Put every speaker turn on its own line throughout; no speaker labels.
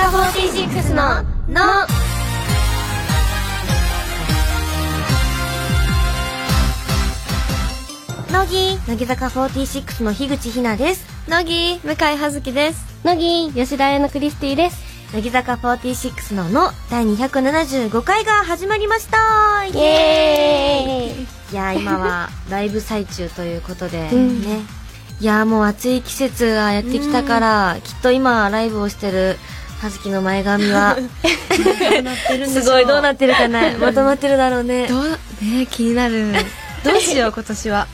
86の「の」乃木乃木坂46の樋口日奈です
乃木向井葉月です
乃木吉田彩乃クリスティです
乃木坂46の「の」第275回が始まりましたイ
イエーイ
いやー 今はライブ最中ということで、
うん
ねいやーもう暑い季節がやってきたから、きっと今ライブをしてる葉月の前 髪はすごいどうなってるかなまとまってるだろうね
どうね気にな るどうしよう今年は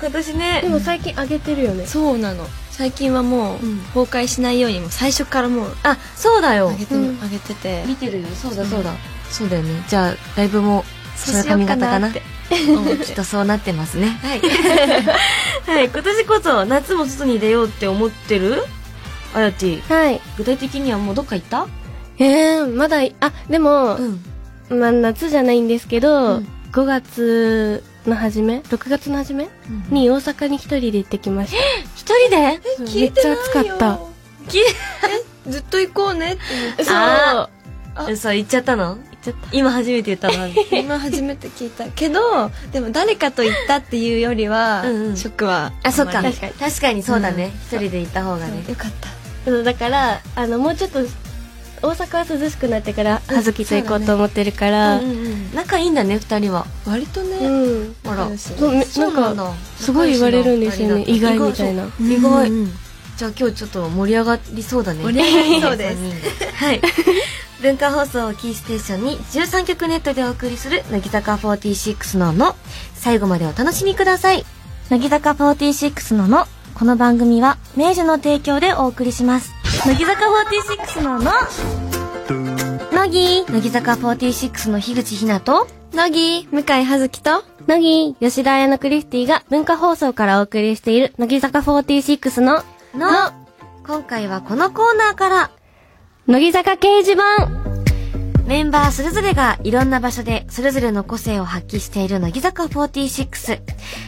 今年ね
でも最近上げてるよね
そうなの最近はもう、
うん
崩壊しないようにもう最初からもう
あそうだよ
上げて,、
うん
上げてて
見てるよそうだそうだ、そうだよねじゃあライブもその髪型かな
そうしようかなって思っ
きってとそうなってますね
はい
はい今年こそ夏も外に出ようって思ってるあやて
はい
具体的にはもうどっか行った
えー、まだいあでも、
ん
まあ夏じゃないんですけ
う
ど、
ん
5月の初め6月の初めに大阪に一人で行ってきました
一人で
そう
聞いてないよ
めっちゃ暑かった
き
ずっと行こうねって言っ
あ
あ
嘘言っちゃったの
行っちゃった
今初めて言ったの
て今初めて聞いたけどでも誰かと行ったっていうよりは、
うんうん
ショックは
あそっか
んまり
確かに確かにそうだね一、人で行った方がね
そうよかった
そうだからあのもうちょっと大阪は涼しくなってから
うん
葉月と行
そ
こ
うだ
う
ね
と思ってるから
うんうんうん
仲いいんだね二人は
割とね、
うん
あら
仲良し
そうめ
そう
なんか
だ
すごい言われるんですよね
仲良しの
意外みたいな
そう意外、
うんうん
じゃあ今日ちょっと盛り上がりそうだね
盛り上がりそうです
はい文化放送をキーステーションに13曲ネットでお送りする乃木坂46のの最後までお楽しみください乃木坂46ののこの番組は明治の提供でお送りします乃木坂46のの乃木乃木坂46の樋口ひなと
乃木向井葉月と
乃木吉田彩乃クリスティが文化放送からお送りしている乃木坂46の
の今回はこのコーナーから
乃木坂掲示板
メンバーそれぞれがいろんな場所でそれぞれの個性を発揮している乃木坂46。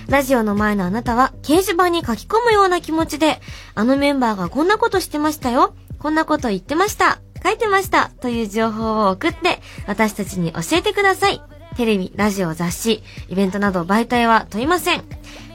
ラジオの前のあなたは掲示板に書き込むような気持ちで、あのメンバーがこんなことしてましたよ、こんなこと言ってました、書いてましたという情報を送って私たちに教えてください。テレビ、ラジオ、雑誌、イベントなど媒体は問いません。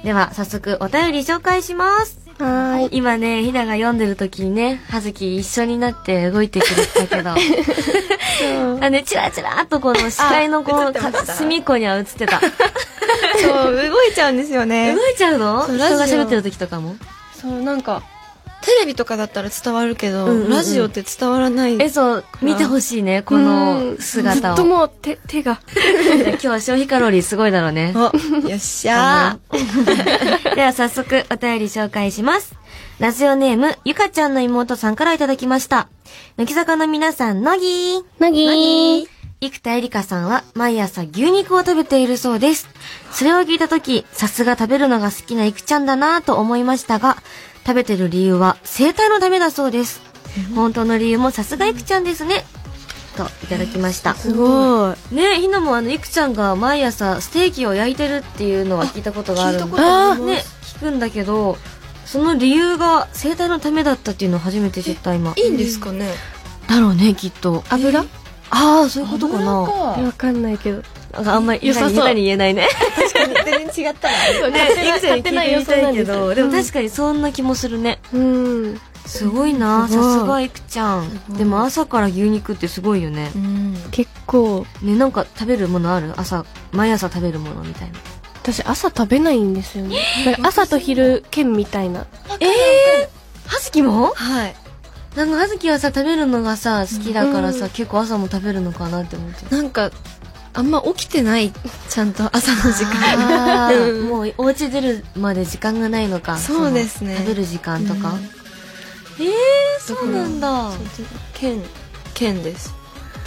では早速お便り紹介します。
はーい
今ね、ひなが読んでる時にね、はずき一緒になって動いてくれてた けど。
そう
あね、チラチラっとこの視界のこ
あ映
の
ってました
隅っこには映ってた。動
そう動いちゃうんですよね
いちゃうの
そう
人
ラジオ
が喋ってる時とかも
そうなんかテレビとかだったら伝わるけど、
うんうんうん
ラジオって伝わらない
え、そう、見てほしいね、この姿を。
ず っと
今
もう手手が
日は消費カロリーすごいだろうね。
およっしゃー
では早速お便り紹介します。ラジオネーム、ゆかちゃんの妹さんからいただきました。乃木坂の皆さん、乃木
乃木
生田絵梨花さんは毎朝牛肉を食べているそうです。それを聞いたとき、さすが食べるのが好きな生ちゃんだなぁと思いましたが、食べてる理由は生態のためだそうです。本当の理由もさすが生ちゃんですね。と、いただきました。
すごい
ねえ、ひなもあの、いくちゃんが毎朝ステーキを焼いてるっていうのは聞いたことがあるん
あ
だ
聞いたことあります
ね、聞くんだけど、その理由が生態のためだったっていうのを初めて知った今。
いいんですかね
だろうね、きっと。
油
ああ、そういうことかな。
わかんないけど
なんかあんまり
良
ゆ
さそ
か
う
に言えないね。
確かに全然違ったら
ね、ゆかに聞いてみたいけど、でも
確
確かにそんな気もするね。
うん
すごいな、
すごい
さすがいくちゃ
ご
ん。
い
でも朝から牛肉ってすごいよね。
うん
結構
ね、なんか食べるものある朝、毎朝食べるものみたいな。
私朝食べないんですよねだから朝と昼兼みたいな
ええー、はずきも
はい
なんかあずきはさ食べるのがさ好きだからさ、
うん
結構朝も食べるのかなって思っちゃう
なんかあんま起きてないちゃんと朝の時間
あー
うん
もうお家出るまで時間がないのか
そうですね
その食べる時間と
う
か、
ん
ええー、そうなんだ
県県です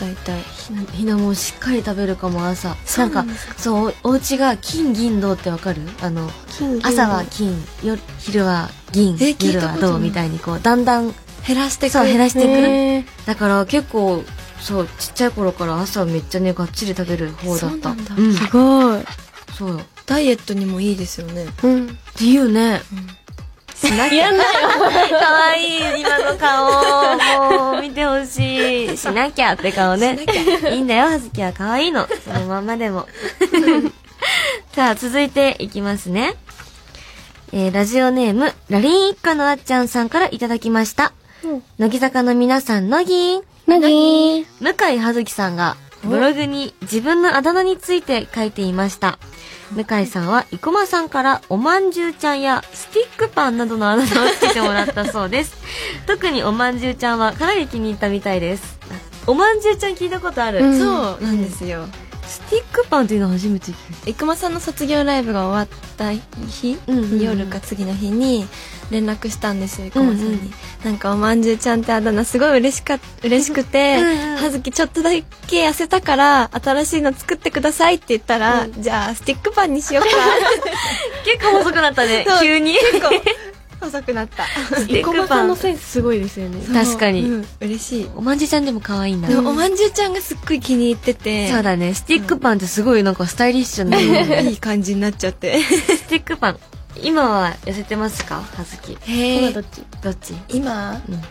大体
ひなひなもしっかり食べるかも朝
そう
な
なんん
か
ですか
そうおお家が金銀銅ってわかるあの朝は金よ昼は銀
え聞い
夜
た
は
ことない
銅みたいにこうだんだん
減らしてく
そう減ら
し
していく、
ね
だから結構そうちっちゃい頃から朝めっちゃねがっちり食べる方だっ
そ
た
うなんだ
うん
すごい
そうよ
ダイエットにもいいですよね
う ん
っていうね
す
なきゃ。やんないよ。かわいい、今の顔。もう、見てほしい。しなきゃって顔ね。いいんだよ、はずきは可愛いの。そのまんまで も。さあ、続いていきますね。えー、ラジオネーム、ラリン一家のあっちゃんさんからいただきました。
うん
乃木坂の皆さん、乃木
なぎー。
向井葉月さんがブログに自分のあだ名について書いていました。向井さんは、生駒さんからおまんじゅうちゃんやスティックパンなどのあだ名をつけてもらったそう です。特におまんじゅうちゃんはかなり気に入ったみたいです。おまんじゅうちゃん聞いたことある。
うん
そうなんですよ
スティックパンっていうの初めて聞い
生駒さんの卒業ライブが終わった日、
うんうんうん
夜か次の日に連絡したんですよ生駒さんに、
うんうん
なんか「おまんじゅうちゃんってあだ名すごい嬉しか嬉しくて
うんうん
葉月ちょっとだけ痩せたから新しいの作ってください」って言ったら「じゃあスティックパンにしようか」
た。結構細くなったね
そう
急に。
結構細くな った
スティックパン。
センスすごいですよね
確かに
うん嬉しい
おまんじゅうちゃんでも可愛いんだ。
でもおまんじゅうちゃんがすっごい気に入ってて
そうだね。スティックパンってすごいなんかスタイリッシュな、
いい感じになっちゃって
スティックパン。今は痩せてますか葉月。
へえ
っち
どっち
今
うん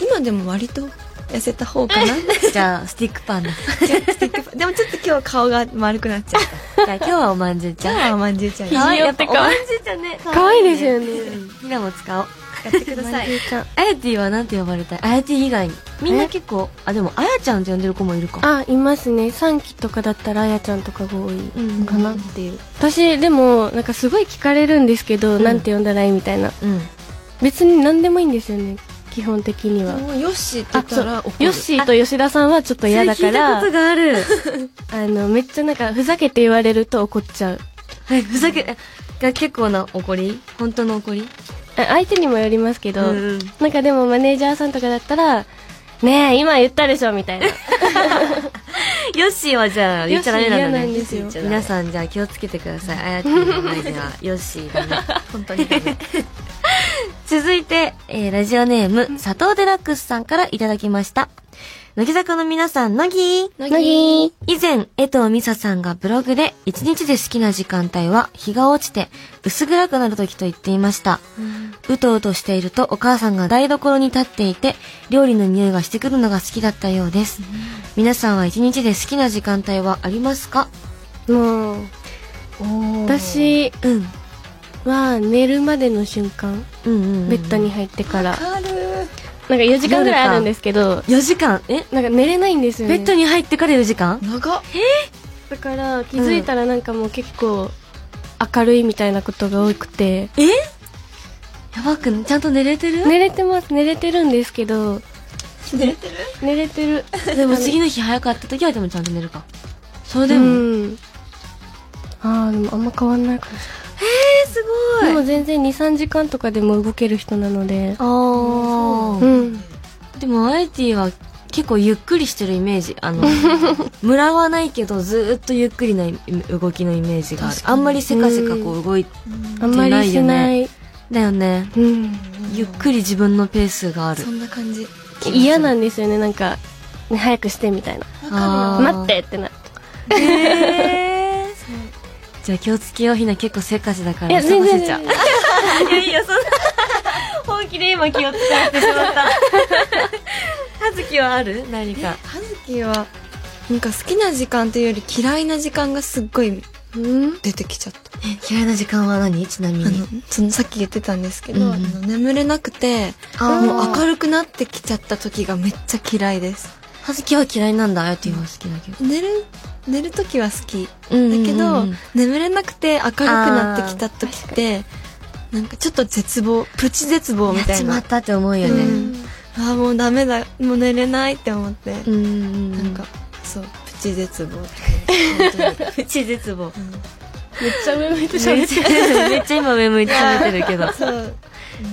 今でも割と痩せた方かな
じゃあ、スティックパンだ。
でもちょっと今日顔が丸くなっちゃった
じゃあ、今日はおまんじゅうち
今
ゃん。
日はおまんじゅうちゃんに
かわいい
やっぱ
かわいい
おまんじゅうちゃんね。
かわいいですよね
うんひなも使おう。
やってください
あやてぃはなんて呼ばれたいあやてぃ以外に。みんな結構、あ、でも、あやちゃんって呼んでる子もいるか。
あいますね3期とかだったらあやちゃんとかが多い
うん
かな、
っていう
私でもなんかすごい聞かれるんですけど、
ん
なんて呼んだらいいみたいな
うん。
別に何でもいいんですよね基本的には
もうヨッシーって言ったら怒る
ヨッシーと吉田さんはちょっと嫌だか
それ聞いた
ら
ことがある。
あのめっちゃなんかふざけて言われると怒っちゃう
はい、ふざけ、えが結構な怒り本当の怒り
あ相手にもよりますけど、
うんうん
なんかでもマネージャーさんとかだったら「ねえ今言ったでしょ」みたいな
ヨッシーはじゃあ言っちゃダメなんだね
ヨッシー嫌なんですよ
皆さんじゃあ気をつけてくださいあやてぃの前ではヨッシーだね
本当にダメ
続いて、えーラジオネーム、佐藤デラックスさんからいただきました。乃木坂の皆さん、乃木
「
乃木
乃木
以前、江藤美沙さんがブログで、一日で好きな時間帯は、日が落ちて、薄暗くなる時と言っていました。うとうとしていると、お母さんが台所に立っていて、料理の匂いがしてくるのが好きだったようです。皆さんは一日で好きな時間帯はありますか
もう私
うん。
は寝るまでの瞬間
うんうん、うん。
ベッドに。入ってから、
カール
なんか4時間ぐらいあるんですけど
4時間え
なんか寝れないんですよ
ベ
ね
ッドに入ってから4時間
長っ
だから気づいたらなんかもう結構明るいみたいなことが多くて、
えやばくんちゃんと寝れてる
寝れてます寝れてるんですけど
寝れてる
寝れてる
でも次の日早かった時はでもちゃんと寝るかそれ で
う
も、
んああでもあんま変わんないかもし
えす
れないで
ご
も全然23時間とかでも動ける人なので
あ
う
ー
ん
でもアイティは結構ゆっくりしてるイメージあのムラはないけどずーっとゆっくりなイ動きのイメージがある
確か
あ
に
んまりせかせかこう動い
あんまりしない
だよね
うん
ゆっくり自分のペースがある
そんな感じ
嫌なんですよねなんか、ね、早くしてみたいな
あー
待ってってな
へーじゃあ気をつけようひな結構せっかちだから
いや全然全然
いやいやそんな本気で今気を使ってしまった葉月はある何か
葉月はなんか好きな時間というより嫌いな時間がすっごい
うん
出てきちゃった
嫌いな時間は何ちなみ
あのそのさっき言ってたんですけど、
うん
あの眠れなくて
あ
もう
赤
明るくなってきちゃった時がめっちゃ嫌いです
はずきは嫌いなんだあやてぃは好きだけど
寝る寝る時は好きだ
うんうんうん
け
う
ど、
ん
眠れなくて明るくなってきた時ってなんかちょっと絶望プチ絶望み
やったち
い
ま
な
ったって思うよ
う
ね
んああもうダメだもう寝れないって思って、
うんう
なんかそうプチ絶望って感じ本
プチ絶望
当にうん
めっちゃ上向
め
いて
っち ゃめっちゃ今上向いて喋ってるけ ど
そう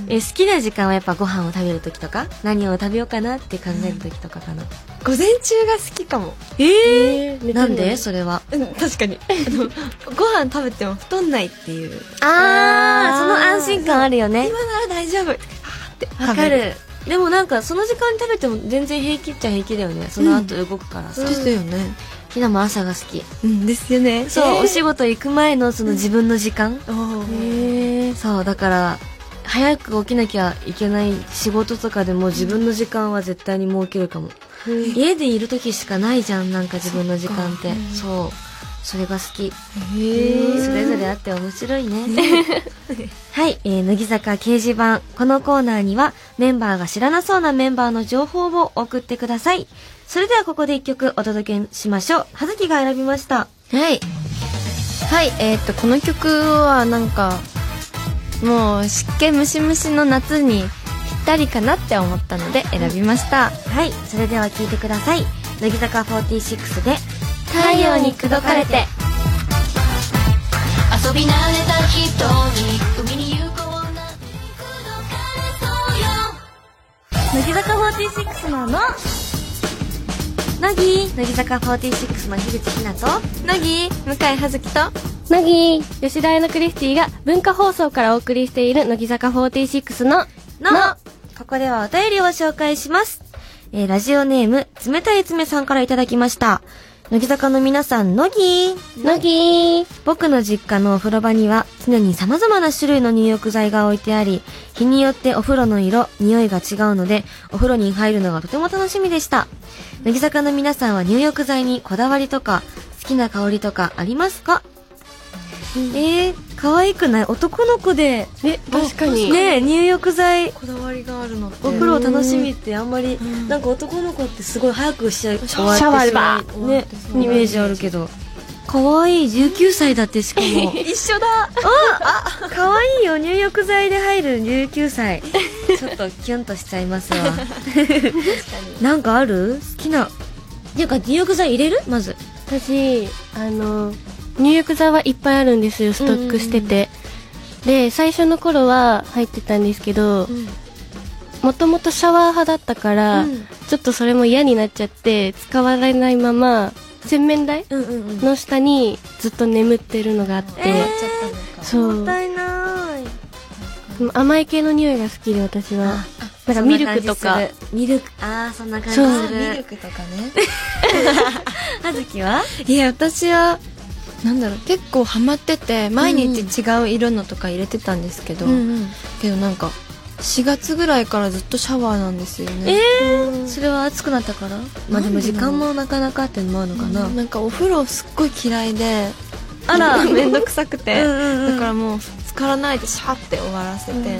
え好きな時間はやっぱご飯を食べる時とか何を食べようかなって考える時とかかな
午前中が好きかも
え
えー
なんで
寝て
それは
うん確かにあのご飯食べても太んないっていう
あ
ー
その安心感あるよね
今なら大丈夫あって
わかるでもなんかその時間に食べても全然平気っちゃ平気だよねその後動くからさ、
ですよね
ひなも朝が好き
うんですよね
そう、お仕事行く前のその自分の時間、
おー
のへえ
そうだから早く起きなきゃいけない仕事とかでも自分の時間は絶対に設けるかも。家でいる時しかないじゃん、なんか自分の時間って。そう。それが好き。それぞれあって面白いね。 はい、えー、乃木坂掲示板。このコーナーには、メンバーが知らなそうなメンバーの情報を送ってください。それではここで一曲お届けしましょう。はずきが選びました。
はい。はい、えーっと、この曲はなんか、もう湿気ムシムシの夏にぴったりかなって思ったので選びました。
はい、それでは聴いてください。乃木坂46で、
太陽に口説かれて。
遊び慣れた人に海に行こうな
乃木坂46のの、乃木乃木坂46の樋口ひなと、
乃木向井葉月と
乃木吉田屋のクリスティが文化放送からお送りしている乃木坂46の
の、ここではお便りを紹介します。えー、ラジオネーム、冷たい爪さんからいただきました。乃木坂の皆さん、乃木
乃木
僕の実家のお風呂場には常に様々な種類の入浴剤が置いてあり、日によってお風呂の色、匂いが違うので、お風呂に入るのがとても楽しみでした。乃木坂の皆さんは入浴剤にこだわりとか、好きな香りとかありますか、えー、可愛くない男の子で、
え確かに
ねえ入浴剤、
こだわりがあるのって
お風呂を楽しみってあんまり、なんか男の子ってすごい早く試合終わって
シャワーで
しま
バ
うね、イメージあるけど。可愛い19歳だってしかも。
一緒だ
可愛いよ入浴剤で入る19歳ちょっとキュンとしちゃいますわなんかある好きなっていうか入浴剤入れるまず
私あの入浴剤はいっぱいあるんですよストックしてて、で最初の頃は入ってたんですけどもともとシャワー派だったから、ちょっとそれも嫌になっちゃって使われないまま洗面台
うんうんうん
の下にずっと眠ってるのがあって、そう
もったいない
甘い系の匂いが好きで私はなんかミルクとか
ミルクああそんな感じ
そう
する
クとかね
あずきはい
や私はなんだろう結構ハマってて毎日違う色のとか入れてたんですけど、けどなんか4月ぐらいからずっとシャワーなんですよね
それは暑くなったからまあでも時間もなかなかってのもあるのかな
なんかお風呂すっごい嫌いで
あら
めんどくさくて
うんうん
だからもう浸からないでシャって終わらせて、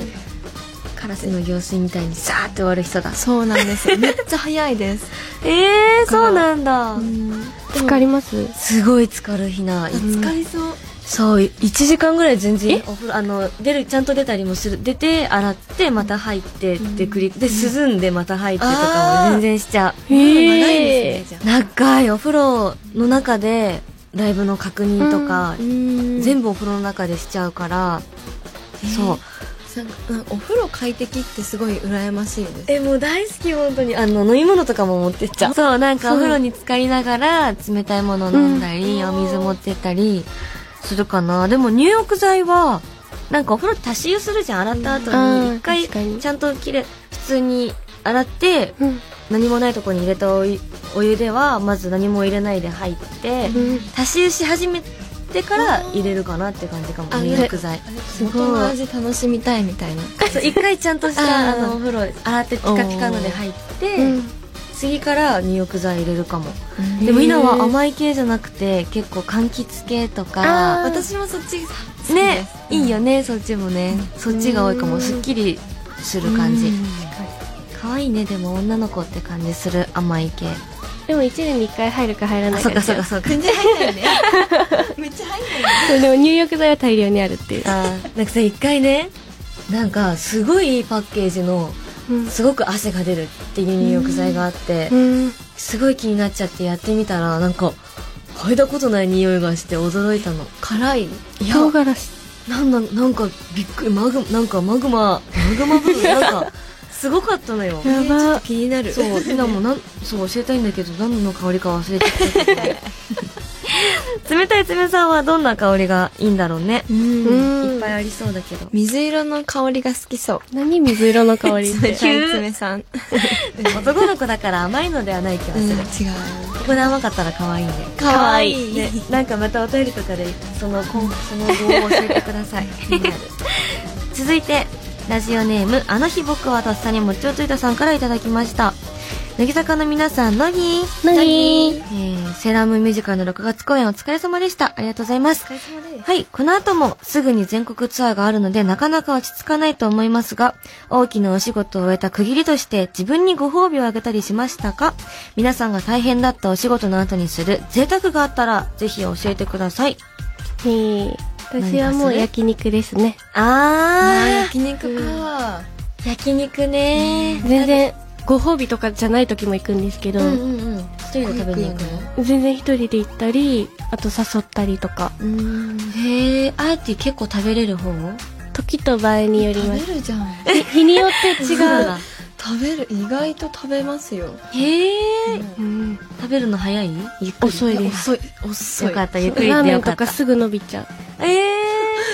カラスの行水みたいにさーって終わる人だ
そうなんですよめっちゃ早いです、
ええそうなんだ
浸かります
すごい疲る日な
疲れそう
そう1時間ぐらい全然お風呂あの出るちゃんと出たりもする出て洗ってまた入ってって繰りで涼んでまた入ってとかも全然しちゃう
長い
へ
ですね
長いお風呂の中でライブの確認とか
じゃあ、うん
全部お風呂の中でしちゃうから、そう
なんかなんかお風呂快適ってすごい羨ましいです
えもう大好き本当にあの飲み物とかも持ってっちゃうそうなんかお風呂に浸かりながら冷たいもの飲んだり、お水持ってったりするかなでも入浴剤はなんかお風呂って足し湯するじゃん洗った後
う
に
ん
一回
確かに
ちゃんときれい普通に洗って
ーうん
何もないとこに入れたお湯お湯ではまず何も入れないで入って、
うん
足し湯し始めてから入れるかなって感じかも
あ
入浴剤
大人の味楽しみたいみたいな
そう一回ちゃんとした
あ
あ
ー
のお風呂洗ってピカピカので入って、次から入浴剤入れるかも、でも今は甘い系じゃなくて結構柑橘系とか
私もそっち好きです
ねいいよねそっちもね、そっちが多いかもすっきりする感じ可愛いねでも女の子って感じする甘い系
でも1年に1回入るか入ら
あ
ない
そっ
で
か
す
そ
よ
っかそっか
めっちゃ入っ
そうでも入浴剤は大量にあるっていう
あーなんかさ一回ねなんかすごいいいパッケージの
うん
すごく汗が出るっていう入浴剤があって、
うん
すごい気になっちゃってやってみたらなんか嗅いだことない匂いがして驚いたの
辛い
い
唐辛子
なんだなんかびっくりマグなんかマグママグマブームなん かすごかったのよ
やば
気になる
そうひなもなんそう教えたいんだけど何の香りか忘れてきたけど 冷たい爪さんはどんな香りがいいんだろうね
うん
いっぱいありそうだけど
水色の香りが好きそう
何水色の香りって
冷たい爪さんうん
男の子だから甘いのではない気はす
違
る、
う
ここで甘かったら可愛いね
可愛い
ねなんかまたお便り とかでその今その後を教えてください気になる続いてラジオネームあの日僕はとっさに餅をついたさんからいただきました乃木坂の皆さん乃木
乃木
えー、セーラームーンミュージカルの6月公演お疲れ様でしたありがとうございますはいこの後もすぐに全国ツアーがあるのでなかなか落ち着かないと思いますが大きなお仕事を終えた区切りとして自分にご褒美をあげたりしましたか皆さんが大変だったお仕事の後にする贅沢があったらぜひ教えてください
えー私はもう焼肉ですね。
あ
焼肉か
ー焼肉ね
全然、ご褒美とかじゃない時も行くんですけど、
うんうんうん一人で食べに行くの
全然一人で行ったり、あと誘ったりとか、
うん
へえあーてィ結構食べれる方
時と場合により
食
ま
べ
す。
るじゃん
日 によって違う。
食べる意外と食べますよ
へえ
うん、
食べるの早いゆっくり
遅いです。
遅い遅い
よかったゆっくり
ラー
で
メ
よ
ン
か
と
った
かすぐ伸びちゃう。
ええ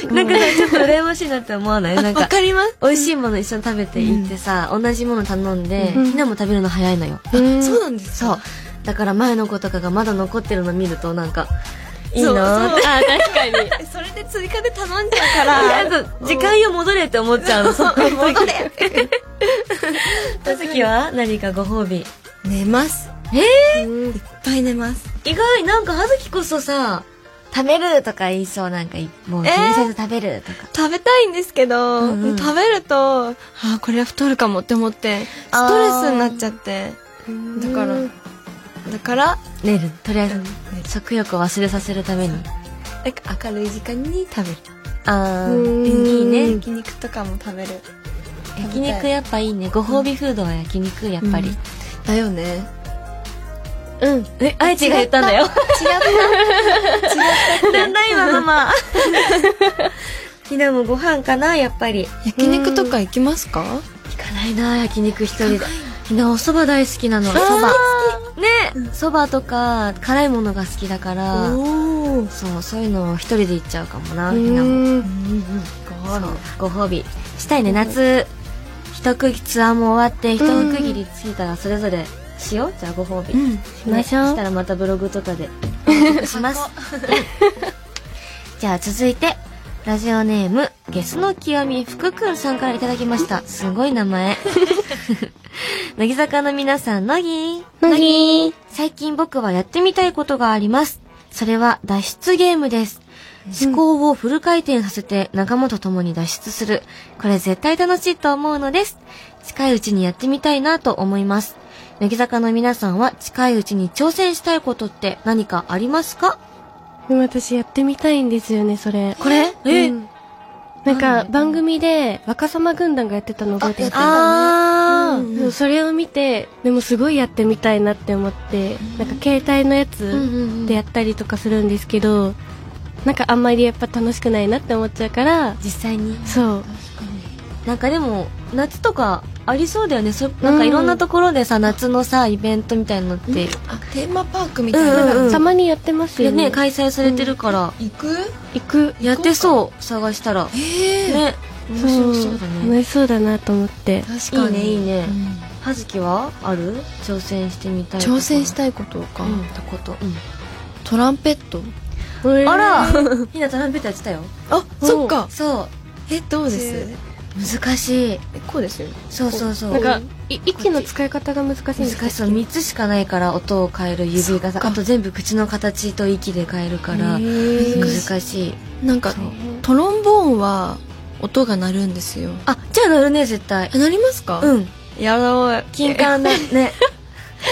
ー、なんかさちょっと羨ましいなって思わないなん
わ
か
かります
美味しいもの一緒に食べて行ってさ、同じもの頼んで、
うん
ひなも食べるの早いのよ、
うん
そうなんです
そうだから前の子とかがまだ残ってるの見るとなんかいいの
そう
って
あ、確かに。
それで追加で頼んじゃうから
あと時間よ戻れって思っちゃうのその時
戻れ
その時は何かご褒美
寝ます
え
いっぱい寝ます
ー、意外なんか葉月こそさ食べるとか言いそうなんかいもう気にせず食べるとか、
食べたいんですけど、
うんうん
食べるとあーこれは太るかもって思ってストレスになっちゃってだからだから
寝るとりあえず、
うん
食欲を忘れさせるために
なんか明るい時間に食べる
あ
う
ー
ん
いいね
焼肉とかも食べる
焼肉やっぱいいねご褒美フードは焼肉やっぱり、
うんだよね
うん。
えあえてが言ったんだよ違った違ったなんだ今マ マひなもご飯かなやっぱり
焼肉とか行きますか
行かないな焼肉一人でひなお蕎麦大好きなのお蕎麦ね蕎麦とか辛いものが好きだから
おお
そうそういうのを一人で行っちゃうかもなひなもそうご褒美したいね夏一区切ツアーも終わって一区切りついたらそれぞれしようじゃあご褒美、
うん
しましょ
し
う
た。らまたブログとかで報 告します じゃあ続いてラジオネームゲスの極み福くんさんからいただきましたすごい名 前乃木坂の皆さん乃木
乃木
最近僕はやってみたいことがありますそれは脱出ゲームです思考をフル回転させて仲間と共に脱出する。これ絶対楽しいと思うのです。近いうちにやってみたいなと思います。乃木坂の皆さんは近いうちに挑戦したいことって何かありますか
でも私やってみたいんですよね、それ。
これ
うんなんか番組で若様軍団がやってたの覚えてます
あー。
うんそれを見てでもすごいやってみたいなって思って、なんか携帯のやつでやったりとかするんですけど、なんかあんまりやっぱ楽しくないなって思っちゃうから
実際に。
そう
なんかでも、夏とかありそうだよね。そなんかいろんなところでさ、夏のさ、イベントみたいなのって、
あテーマパークみたいな、
うんうんうん
たまにやってます
いや
よね
ね、開催されてるから、
行く
行く
やってそう、探したら。
ええ
ね。面白そうだね。
楽しそうだなと思って
確
い
か
いね
に
いいね
うん
はずきはある挑戦してみたい
挑戦したたいことか、
うんってこと、
トランペット
あ
あ
ら ひなトランペットやってたよ
あそっか
そ
えどうです
えう難しい
えこうですよね
そうそうそう
なんかい息の使い方が難しいん
難
です
しそう3つしかないから音を変える指が
そっ
さ
か
あと全部口の形と息で変えるから難しい
なんか
そう
トロンボーンは音が鳴るんですよ
あじゃあ乗るね絶対
え鳴りますか
うん
やろう
金管だね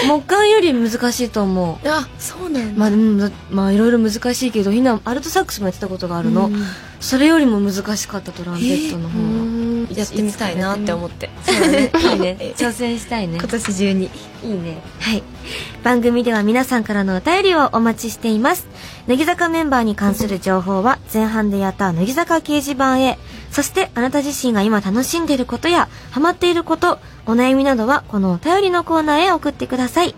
木管より難しいと思う
あそうなんだ
まあ、うんだまあいろいろ難しいけどひなアルトサックスもやってたことがあるの、
うん
それよりも難しかったトランペットの方が、
やってみたいなって思って
そうだ ね。いいね。 挑戦したいね。
年中に
いいね。はい。番組では皆さんからのお便りをお待ちしています。乃木坂メンバーに関する情報は前半でやった乃木坂掲示板へ。そしてあなた自身が今楽しんでいることやハマっていること、お悩みなどはこのお便りのコーナーへ送ってください。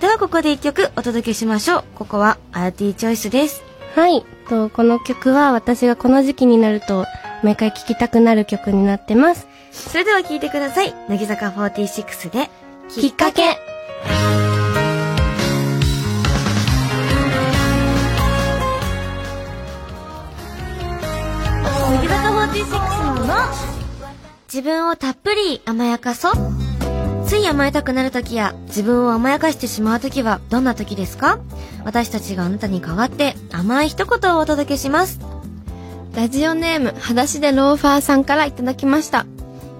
ではここで一曲お届けしましょう。ここはアーティーチョイスです。
はい。と、この曲は私がこの時期になると毎回聴きたくなる曲になってます。
それでは聴いてください。乃木坂46で
きっかけ
乃木坂46のの自分をたっぷり甘やかそう。つい甘えたくなる時や自分を甘やかしてしまう時はどんな時ですか私たちがあなたに代わって甘い一言をお届けします。
ラジオネーム、裸足でローファーさんからいただきました。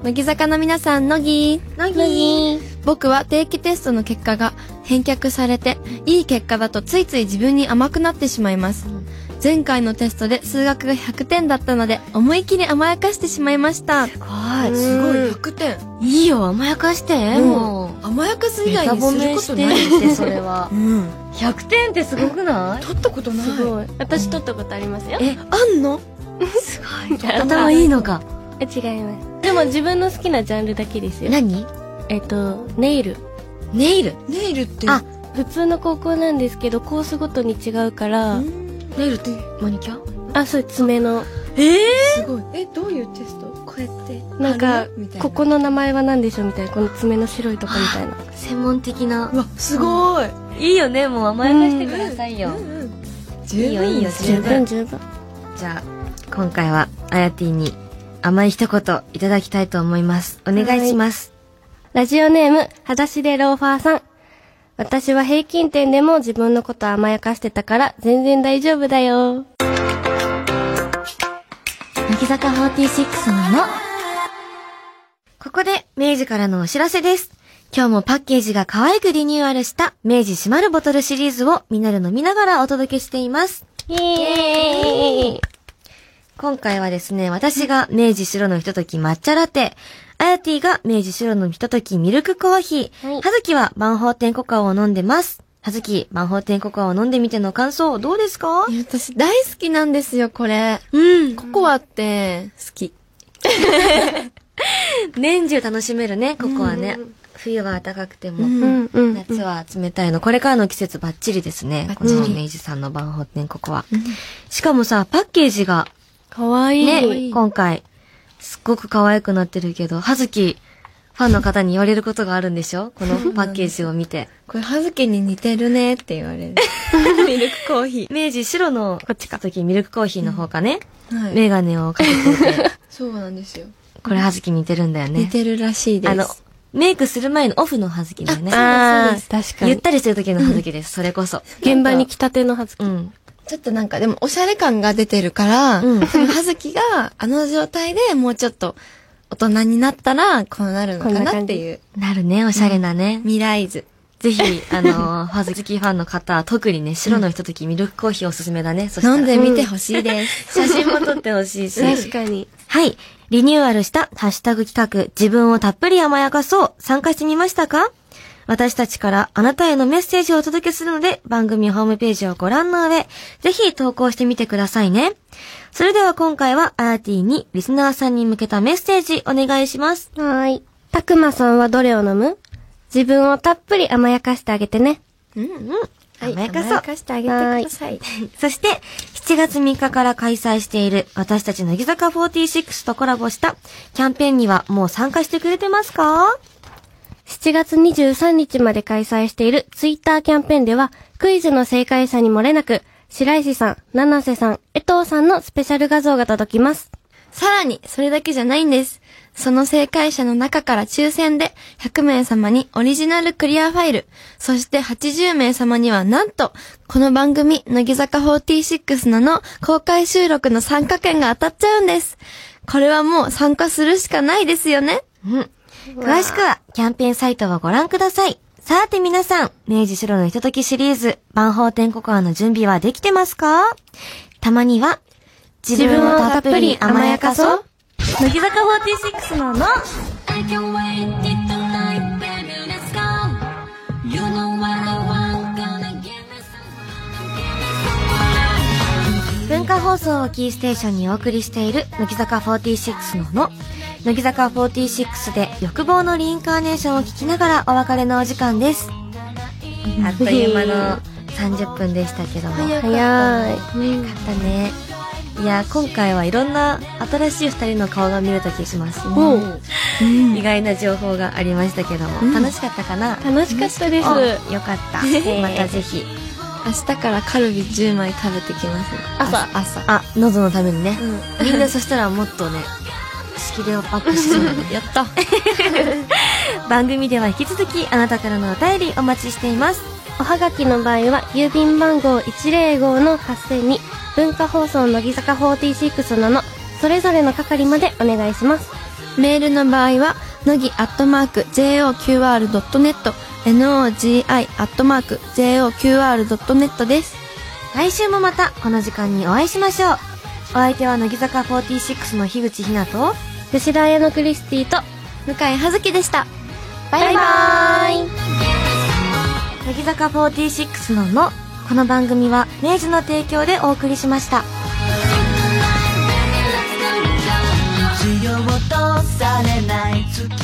乃木坂の皆さん、乃木
なぎ
僕は定期テストの結果が返却されて、いい結果だとついつい自分に甘くなってしまいます。前回のテストで数学が100点だったので、思い切り甘やかしてしまいました。
ー。怖い。
すごい、100点。
いいよ、甘やかして、
ん
もう。
甘やかす以
ネ
外
タ
に
褒
する
め
こ
し
と
て
ない。
って、それ は。
うん。
100点ってすごくない
取ったことない。
すごい。私撮ったことありますよ。
え
あんの
頭いいのか。
え違います。でも自分の好きなジャンルだけですよ。
何
えっと、ネイル。
ネイル。
ネイルって。
あ
普通の高校なんですけど、コースごとに違うから、
ネイルってマニキュア
あ、そう、爪の。
すごい。え、どういうテストこうやって。
なんか
みたい、な
ここの名前は何でしょうみたいな、この爪の白いとこみたいな。
専門的な
う。わ、すごい。
いいよね、もう甘やかしてくださいよ。
十
いいよいいよ
十分十分。
じゃあ、今回は、あやてぃに甘い一言いただきたいと思います。お願いします。
ラジオネーム、裸足でローファーさん。私は平均点でも自分のこと甘やかしてたから、全然大丈夫だよ。
乃木坂46なの。ここで、明治からのお知らせです。今日もパッケージが可愛くリニューアルした、明治閉まるボトルシリーズをみんなで飲みながらお届けしています。
イエーイ
今回はですね、私が明治白のひととき抹茶ラテ、あやてぃが明治白のひとときミルクコーヒー、
は
は
い
ずきは万宝天コカを飲んでます。はずき、万宝天コカを飲んでみての感想、どうですか
いや私大好きなんですよ、これ。
うん。
ココアって、好き。
年中楽しめるね、ここはね。冬は暖かくても。
うんうん。
夏は冷たいの。これからの季節バッチリですね。こ
バッチリ
の明治さんの万宝天ココは。しかもさ、パッケージが
かわいい。
ね、今回、すっごく可愛くなってるけど、はずき、ファンの方に言われることがあるんでしょこのパッケージを見て。
これ、葉月に似てるねって言わ れる。ミルクコーヒ
明治白の、こっちか。時ミルクコーヒーの方かね、
ー。は
メガネをかけて いて、
そうなんですよ。
これはずき似てるんだよね。
似てるらしいです。
あの、メイクする前のオフのはずきだよね。
そ
あ
うです
ー確か
ゆっ
に。
たりしてる時のはずきです、それこそ。
現場に来たてのはずき。
うん。
ちょっとなんか、でも、おしゃれ感が出てるから、
うん
多分葉月が、あの状態でもうちょっと、大人になったら、こうなるのかなっていう。
なるね、おしゃれなね。
未来図。
ぜひ、あのー、ファズキファンの方、特にね、白のひとときミルクコーヒーおすすめだね。そしたら
飲んでみてほしいです。
写真も撮ってほしいし。
確かに。
はい。リニューアルしたハッシュタグ企画、自分をたっぷり甘やかそう、参加してみましたか私たちからあなたへのメッセージをお届けするので、番組ホームページをご覧の上、ぜひ投稿してみてくださいね。それでは今回は、アーティにリスナーさんに向けたメッセージお願いします。
はーい。たくまさんはどれを飲む自分をたっぷり甘やかしてあげてね。
うん。甘やか
甘
そう
や。かしてあげてください。
そして、7月3日から開催している、私たち乃木坂46とコラボした、キャンペーンにはもう参加してくれてますか
7月23日まで開催しているツイッターキャンペーンでは、クイズの正解者に漏れなく、白石さん、七瀬さん、江藤さんのスペシャル画像が届きます。
さらに、それだけじゃないんです。その正解者の中から抽選で100名様にオリジナルクリアファイル、そして80名様にはなんと、この番組、乃木坂46のの公開収録の参加券が当たっちゃうんです。これはもう参加するしかないですよね。
うん。詳しくは、キャンペーンサイトをご覧ください。さて皆さん、明治白のひとときシリーズ、万宝天ココアの準備はできてますかたまには、自分をたっぷり甘やかそう。乃木坂46のの
I can wait till tonight, baby, let's go. You know what I want, gonna give me some.
文化放送をキーステーションにお送りしている乃木坂46のの乃木坂46で欲望のリインカーネーションを聞きながらお別れのお時間ですあっという間の30分でしたけども早かっ
早い。
たねいや今回はいろんな新しい2人の顔が見れた気がします、
お
意外な情報がありましたけども、楽しかったかな
楽しかったです。
およかったまたぜひ
明日からカルビ10枚食べてきます。朝朝。
あ喉のためにね、みんなそしたらもっとね式でアップしそう
やった。
番組では引き続きあなたからのお便りお待ちしています
おはがきの場合は郵便番号105の8000に文化放送乃木坂46なのそれぞれの係までお願いします
メールの場合は、のぎアットマーク JOQR.net、NOGI アットマーク JOQR.net です。
来週もまたこの時間にお会いしましょうお相手は乃木坂46の樋口日奈と
吉田彩乃クリスティと
向井葉月でした。
バイバイ乃木坂46ののこの番組は明治の提供でお送りしました
必要とされない月